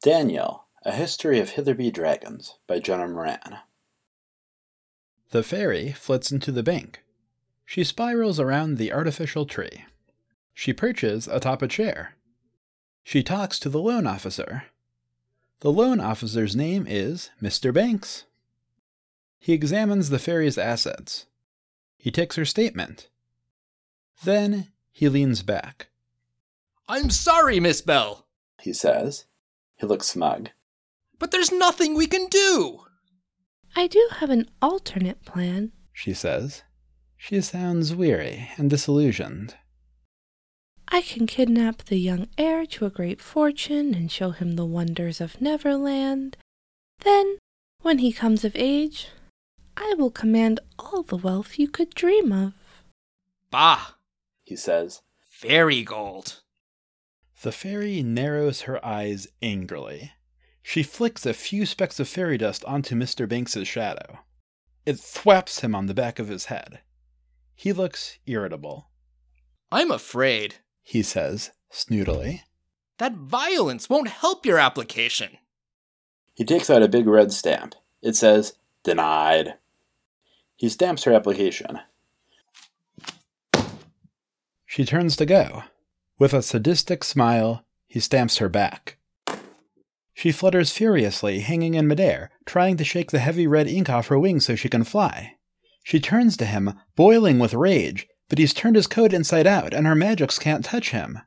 Daniel, A History of Hitherby Dragons by Jenna Moran. The fairy flits into the bank. She spirals around the artificial tree. She perches atop a chair. She talks to the loan officer. The loan officer's name is Mr. Banks. He examines the fairy's assets. He takes her statement. Then he leans back. I'm sorry, Miss Bell, He says, he looks smug. but there's nothing we can do. I do have an alternate plan. she says. She sounds weary and disillusioned. I can kidnap the young heir to a great fortune and show him the wonders of Neverland. Then, when he comes of age, I will command all the wealth you could dream of. Bah, He says. fairy gold. The fairy narrows her eyes angrily. She flicks a few specks of fairy dust onto Mr. Banks's shadow. It thwaps him on the back of his head. He looks irritable. I'm afraid He says, snootily. that violence won't help your application. He takes out a big red stamp. It says, Denied. He stamps her application. She turns to go. With a sadistic smile, he stamps her back. She flutters furiously, hanging in midair, trying to shake the heavy red ink off her wings so she can fly. She turns to him, boiling with rage, but he's turned his coat inside out and her magics can't touch him.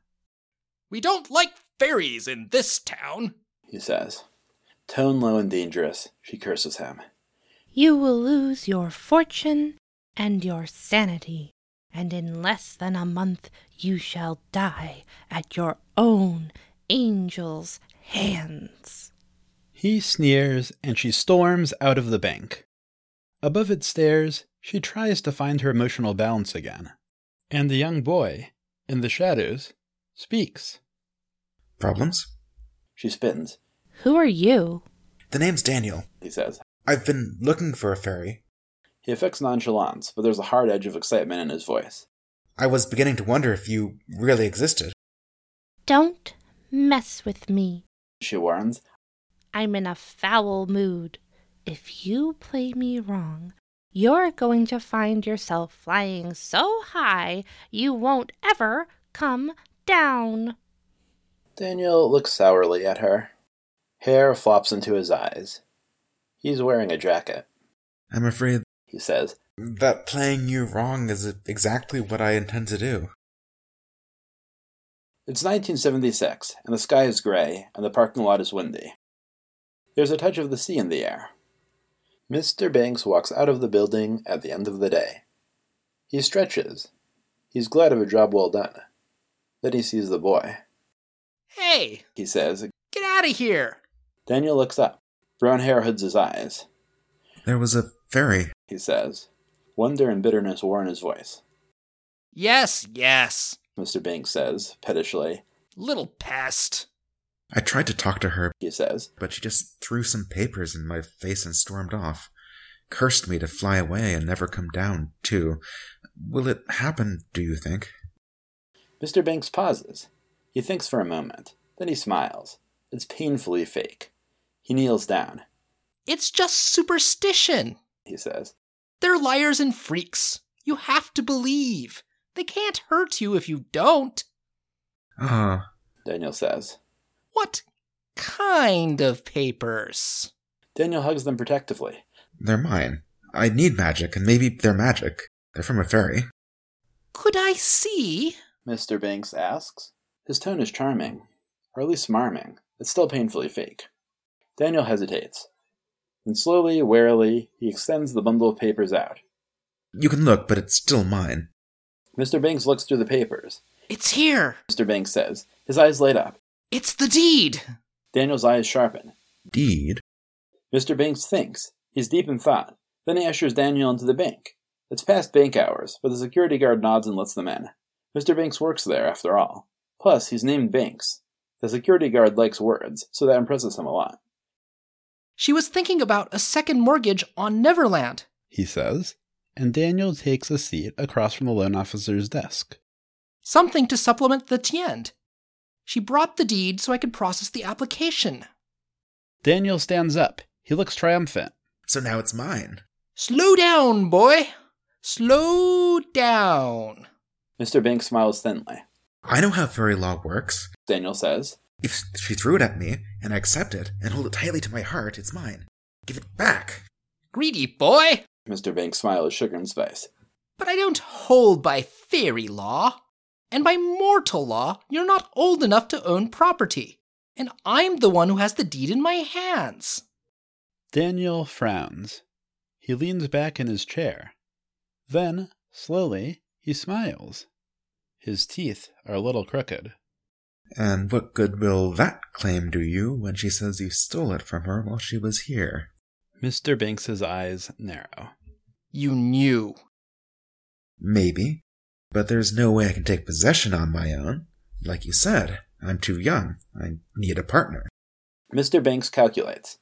We don't like fairies in this town. He says. Tone low and dangerous, she curses him. You will lose your fortune and your sanity, and in less than a month you shall die at your own angel's hands. He sneers, and she storms out of the bank. Above its stairs, she tries to find her emotional balance again. And the young boy, in the shadows, speaks. Problems? She spins, Who are you? The name's Daniel. he says. I've been looking for a fairy. He affects nonchalance, but there's a hard edge of excitement in his voice. I was beginning to wonder if you really existed. Don't mess with me. She warns, I'm in a foul mood. If you play me wrong, you're going to find yourself flying so high you won't ever come down. Daniel looks sourly at her. Hair flops into his eyes. He's wearing a jacket, I'm afraid he says. that playing you wrong is exactly what I intend to do. It's 1976, and the sky is gray, and the parking lot is windy. There's a touch of the sea in the air. Mr. Banks walks out of the building at the end of the day. He stretches. He's glad of a job well done. Then he sees the boy. Hey, He says, get out of here. Daniel looks up. Brown hair hoods his eyes. There was a fairy. He says. Wonder and bitterness war in his voice. Yes, yes. Mr. Banks says, pettishly. Little pest. I tried to talk to her, He says, but she just threw some papers in my face and stormed off. Cursed me to fly away and never come down, too. Will it happen, do you think? Mr. Banks pauses. He thinks for a moment. Then he smiles. It's painfully fake. He kneels down. It's just superstition. He says, They're liars and freaks. You have to believe. They can't hurt you if you don't. Ah, Daniel says. What kind of papers? Daniel hugs them protectively. they're mine. I need magic, and maybe they're magic. They're from a fairy. Could I see? Mr. Banks asks. His tone is charming, or at least smarming. It's still painfully fake. Daniel hesitates. And slowly, warily, he extends the bundle of papers out. You can look, but it's still mine. Mr. Banks looks through the papers. It's here. Mr. Banks says. His eyes light up. It's the deed. Daniel's eyes sharpen. Deed? Mr. Banks thinks. He's deep in thought. Then he ushers Daniel into the bank. It's past bank hours, but the security guard nods and lets them in. Mr. Banks works there, after all. Plus, he's named Banks. The security guard likes words, so that impresses him a lot. She was thinking about a second mortgage on Neverland. He says, and Daniel takes a seat across from the loan officer's desk. Something to supplement the Tiend. She brought the deed so I could process the application. Daniel stands up. He looks triumphant. So now it's mine. Slow down, boy. Slow down. Mr. Bank smiles thinly. I know how fairy law works. Daniel says, If she threw it at me, and I accept it, and hold it tightly to my heart, it's mine. Give it back! Greedy boy. Mr. Bank smiles sugar and spice. But I don't hold by fairy law. And by mortal law, you're not old enough to own property. And I'm the one who has the deed in my hands. Daniel frowns. He leans back in his chair. Then, slowly, he smiles. His teeth are a little crooked. And what good will that claim do you when she says you stole it from her while she was here? Mr. Banks's eyes narrow. You knew. Maybe. But there's no way I can take possession on my own. Like you said, I'm too young. I need a partner. Mr. Banks calculates.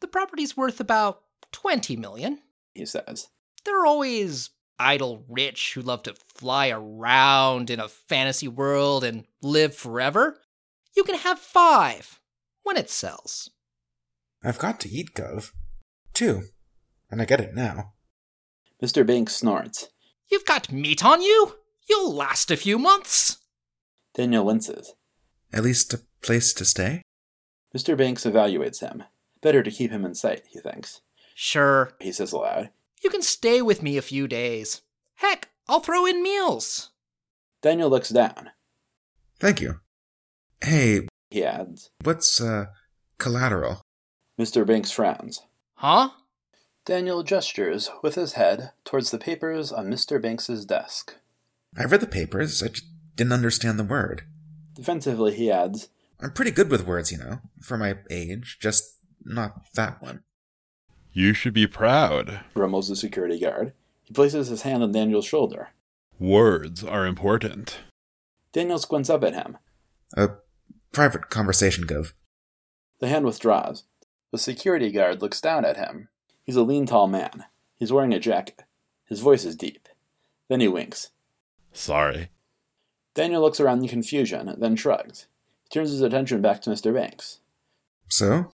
The property's worth about 20 million. He says, There are always idle rich who love to fly around in a fantasy world and live forever. You can have five when it sells. I've got to eat, Gov. Two. And I get it now. Mr. Banks snorts. You've got meat on you. You'll last a few months. Daniel winces. At least a place to stay? Mr. Banks evaluates him. Better to keep him in sight, he thinks. Sure, He says aloud. you can stay with me a few days. Heck, I'll throw in meals. Daniel looks down. Thank you. Hey, He adds. what's, uh, collateral? Mr. Banks frowns. Huh? Daniel gestures with his head towards the papers on Mr. Banks's desk. I read the papers, I just didn't understand the word. Defensively, he adds, I'm pretty good with words, you know, for my age, just not that one. You should be proud. rumbles the security guard. He places his hand on Daniel's shoulder. Words are important. Daniel squints up at him. A private conversation, Gov. The hand withdraws. The security guard looks down at him. He's a lean, tall man. He's wearing a jacket. His voice is deep. Then he winks. Sorry. Daniel looks around in confusion, then shrugs. He turns his attention back to Mr. Banks. So?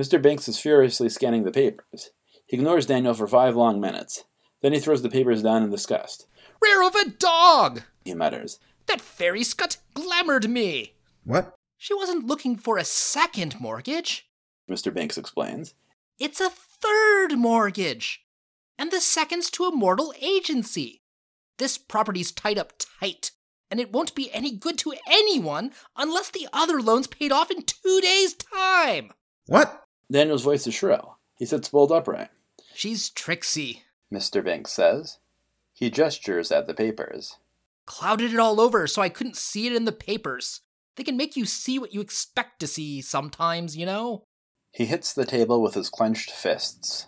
Mr. Banks is furiously scanning the papers. He ignores Daniel for five long minutes. Then he throws the papers down in disgust. Rear of a dog! He mutters, That fairy scut glamoured me! What? She wasn't looking for a second mortgage. Mr. Banks explains. It's a third mortgage! And the second's to a mortal agency. This property's tied up tight, and it won't be any good to anyone unless the other loan's paid off in two days' time! What? Daniel's voice is shrill. He sits bolt upright. She's tricksy. Mr. Banks says. He gestures at the papers. Clouded it all over so I couldn't see it in the papers. They can make you see what you expect to see sometimes, you know? He hits the table with his clenched fists.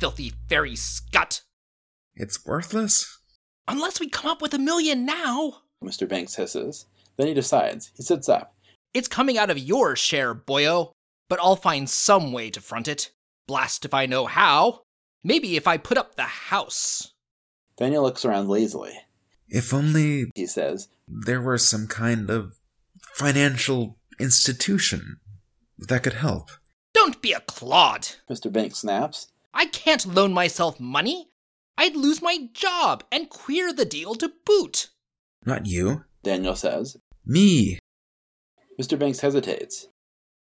Filthy fairy scut! It's worthless? Unless we come up with a million now! Mr. Banks hisses. Then he decides. He sits up. It's coming out of your share, boyo. But I'll find some way to front it. Blast if I know how. Maybe if I put up the house. Daniel looks around lazily. If only He says, there were some kind of financial institution that could help. Don't be a clod. Mr. Banks snaps. I can't loan myself money. I'd lose my job and queer the deal to boot. Not you. Daniel says. Me. Mr. Banks hesitates.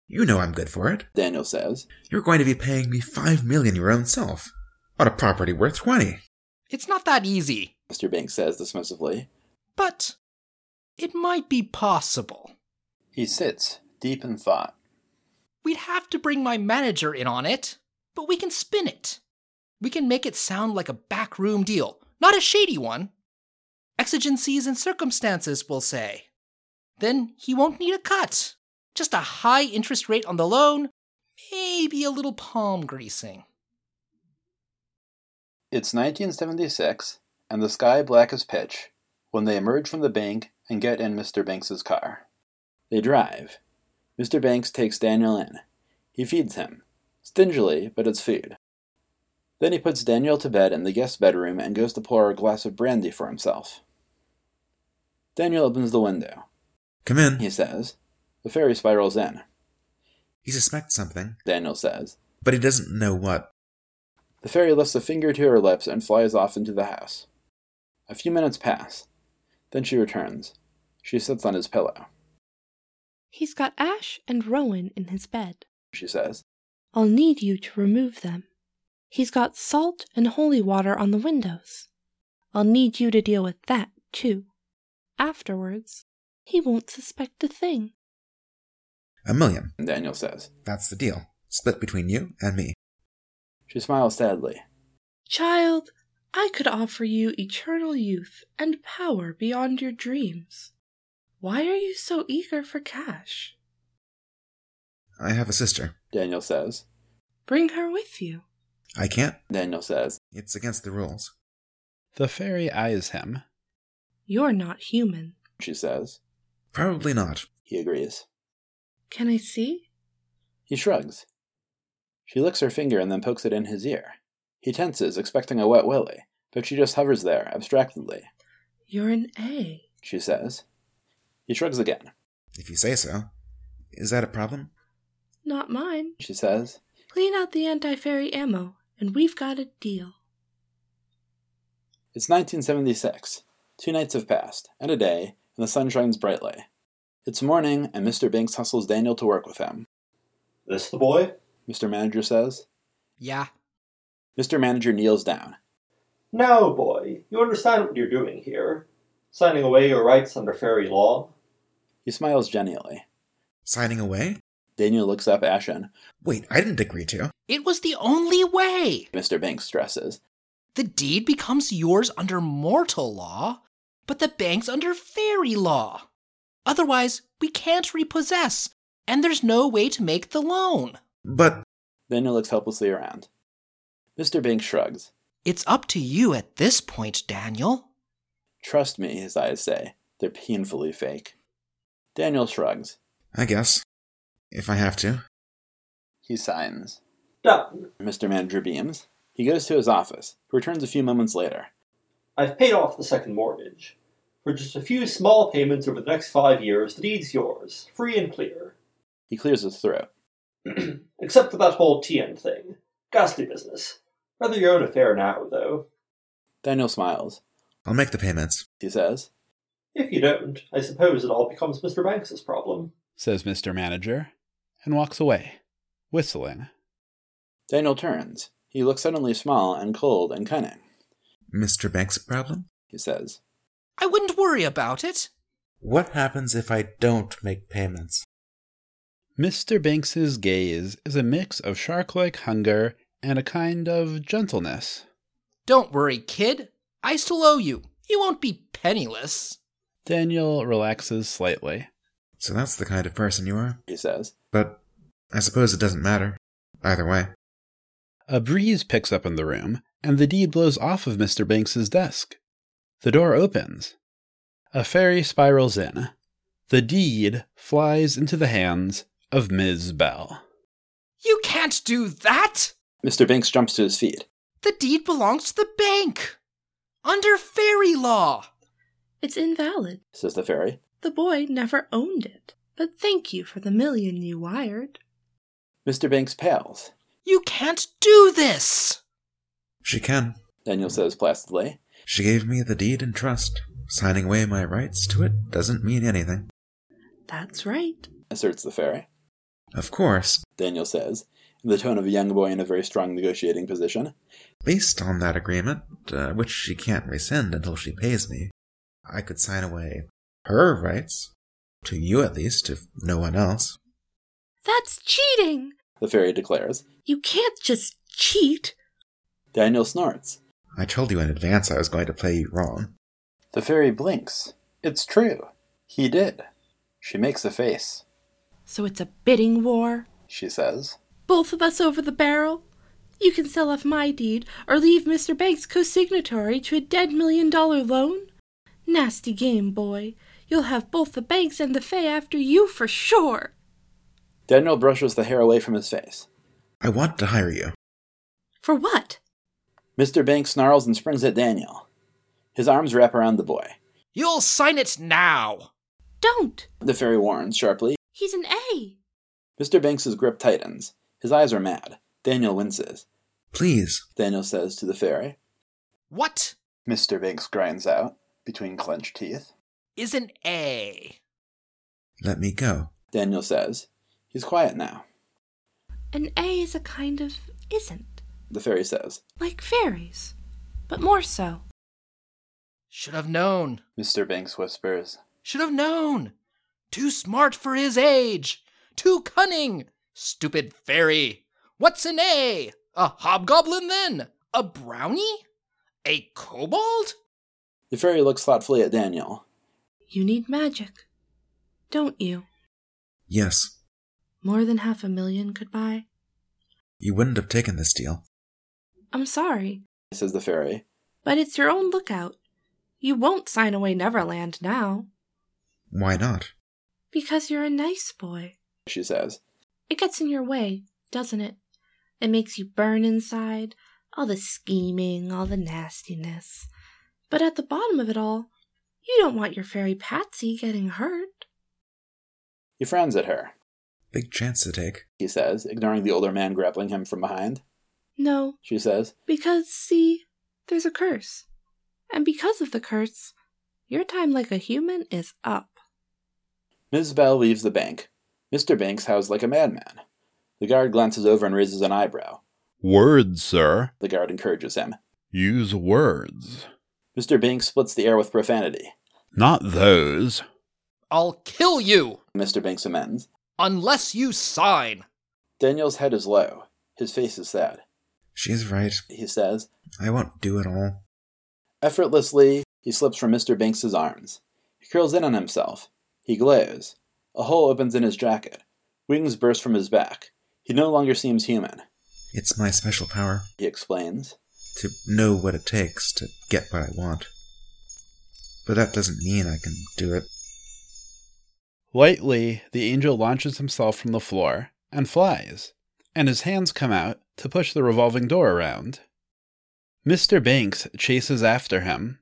You know I'm good for it. Daniel says. You're going to be paying me five million your own self. On a property worth twenty. It's not that easy, Mr. Banks says dismissively. but it might be possible. He sits, deep in thought. We'd have to bring my manager in on it, but we can spin it. We can make it sound like a backroom deal, not a shady one. Exigencies and circumstances, we'll say. Then he won't need a cut. Just a high interest rate on the loan, maybe a little palm greasing. It's 1976, and the sky black as pitch, when they emerge from the bank and get in Mr. Banks's car. They drive. Mr. Banks takes Daniel in. He feeds him. Stingily, but it's food. Then he puts Daniel to bed in the guest bedroom and goes to pour a glass of brandy for himself. Daniel opens the window. Come in. He says. The ferry spirals in. He suspects something, Daniel says. but he doesn't know what. The fairy lifts a finger to her lips and flies off into the house. A few minutes pass. Then she returns. She sits on his pillow, He's got Ash and Rowan in his bed. she says. I'll need you to remove them. He's got salt and holy water on the windows. I'll need you to deal with that, too. Afterwards, he won't suspect a thing. A million. Daniel says. That's the deal. Split between you and me. She smiles sadly. Child, I could offer you eternal youth and power beyond your dreams. Why are you so eager for cash? I have a sister. Daniel says. Bring her with you. I can't. Daniel says. It's against the rules. The fairy eyes him. You're not human. She says. Probably not. He agrees. Can I see? He shrugs. She licks her finger and then pokes it in his ear. He tenses, expecting a wet willy, but she just hovers there, abstractedly, You're an A. she says. He shrugs again, If you say so. Is that a problem? Not mine. she says. Clean out the anti fairy ammo, and we've got a deal. It's 1976. Two nights have passed, and a day, and the sun shines brightly. It's morning, and Mr. Binks hustles Daniel to work with him. This the boy? Mr. Manager says. Yeah. Mr. Manager kneels down. Now, boy, you understand what you're doing here. Signing away your rights under fairy law. He smiles genially. Signing away? Daniel looks up ashen. Wait, I didn't agree to. It was the only way. Mr. Binks stresses. The deed becomes yours under mortal law, but the bank's under fairy law. Otherwise, we can't repossess, and there's no way to make the loan. But Daniel looks helplessly around. Mr. Binks shrugs. It's up to you at this point, Daniel. Trust me, his eyes say. They're painfully fake. Daniel shrugs. I guess. If I have to. He signs. Done. Mr. Manager beams. He goes to his office. He returns a few moments later. I've paid off the second mortgage. For just a few small payments over the next five years, the deed's yours, free and clear. He clears his throat. Except for that whole TN thing. Ghastly business. Rather your own affair now, though. Daniel smiles. I'll make the payments. He says, If you don't, I suppose it all becomes Mr. Banks's problem. says Mr. Manager, and walks away, whistling. Daniel turns. He looks suddenly small and cold and cunning. Mr. Banks' problem? He says, I wouldn't worry about it. What happens if I don't make payments? Mr. Banks's gaze is a mix of shark like hunger and a kind of gentleness. Don't worry, kid. I still owe you. You won't be penniless. Daniel relaxes slightly. So that's the kind of person you are. he says. But I suppose it doesn't matter. Either way. A breeze picks up in the room, and the deed blows off of Mr. Banks's desk. The door opens. A fairy spirals in. The deed flies into the hands of Ms. Bell. You can't do that! Mr. Binks jumps to his feet. The deed belongs to the bank! Under fairy law! It's invalid. Says the fairy. The boy never owned it. But thank you for the million you wired. Mr. Binks pales. You can't do this! She can. Daniel says placidly. She gave me the deed in trust. Signing away my rights to it doesn't mean anything. That's right. Asserts the fairy. Of course, Daniel says, in the tone of a young boy in a very strong negotiating position. based on that agreement, uh, which she can't rescind until she pays me, I could sign away her rights. To you, at least, if no one else. That's cheating! The fairy declares. You can't just cheat! Daniel snorts. I told you in advance I was going to play you wrong. The fairy blinks. It's true. He did. She makes a face. So it's a bidding war? She says. Both of us over the barrel? You can sell off my deed or leave Mr. Banks co signatory to a dead million dollar loan? Nasty game, boy. You'll have both the banks and the Fay after you for sure. Daniel brushes the hair away from his face. I want to hire you. For what? Mr. Banks snarls and springs at Daniel. His arms wrap around the boy. You'll sign it now! Don't! The fairy warns sharply. He's an A! Mr. Banks's grip tightens. His eyes are mad. Daniel winces. Please. Daniel says to the fairy. What Mr. Banks grinds out between clenched teeth. is an A? Let me go. Daniel says. He's quiet now. An A is a kind of isn't, The fairy says. like fairies, but more so. Should have known. Mr. Banks whispers. Should have known. Too smart for his age. Too cunning. Stupid fairy. What's an A? A hobgoblin then? A brownie? A kobold? The fairy looks thoughtfully at Daniel. You need magic, don't you? Yes. More than half a million could buy. You wouldn't have taken this deal. I'm sorry, Says the fairy. but it's your own lookout. You won't sign away Neverland now, Why not? because you're a nice boy. She says. It gets in your way, doesn't it? It makes you burn inside, all the scheming, all the nastiness. But at the bottom of it all, you don't want your fairy Patsy getting hurt. He frowns at her. Big chance to take. He says, ignoring the older man grappling him from behind. No, She says. because, see, there's a curse. And because of the curse, your time like a human is up. Ms. Bell leaves the bank. Mr. Banks howls like a madman. The guard glances over and raises an eyebrow. Words, sir. The guard encourages him. Use words. Mr. Banks splits the air with profanity. Not those. I'll kill you Mr. Banks amends. unless you sign. Daniel's head is low. His face is sad. She's right. He says. I won't do it all. Effortlessly, he slips from Mr. Banks's arms. He curls in on himself. He glows. A hole opens in his jacket. Wings burst from his back. He no longer seems human, It's my special power he explains. to know what it takes to get what I want. But that doesn't mean I can do it. Lightly, the angel launches himself from the floor and flies, and his hands come out to push the revolving door around. Mr. Banks chases after him.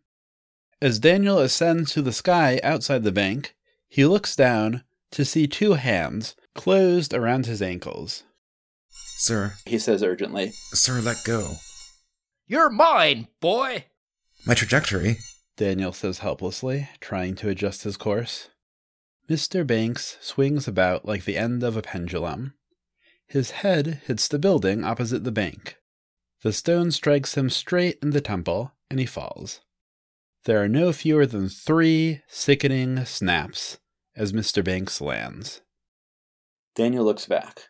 As Daniel ascends to the sky outside the bank, he looks down to see two hands closed around his ankles. Sir, He says urgently. sir, let go. You're mine, boy. My trajectory. Daniel says helplessly, trying to adjust his course. Mr. Banks swings about like the end of a pendulum. His head hits the building opposite the bank. The stone strikes him straight in the temple, and he falls. There are no fewer than three sickening snaps as Mr. Banks lands. Daniel looks back.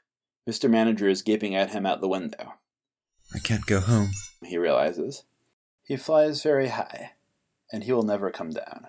Mr. Manager is gaping at him out the window. I can't go home. He realizes. He flies very high, and he will never come down.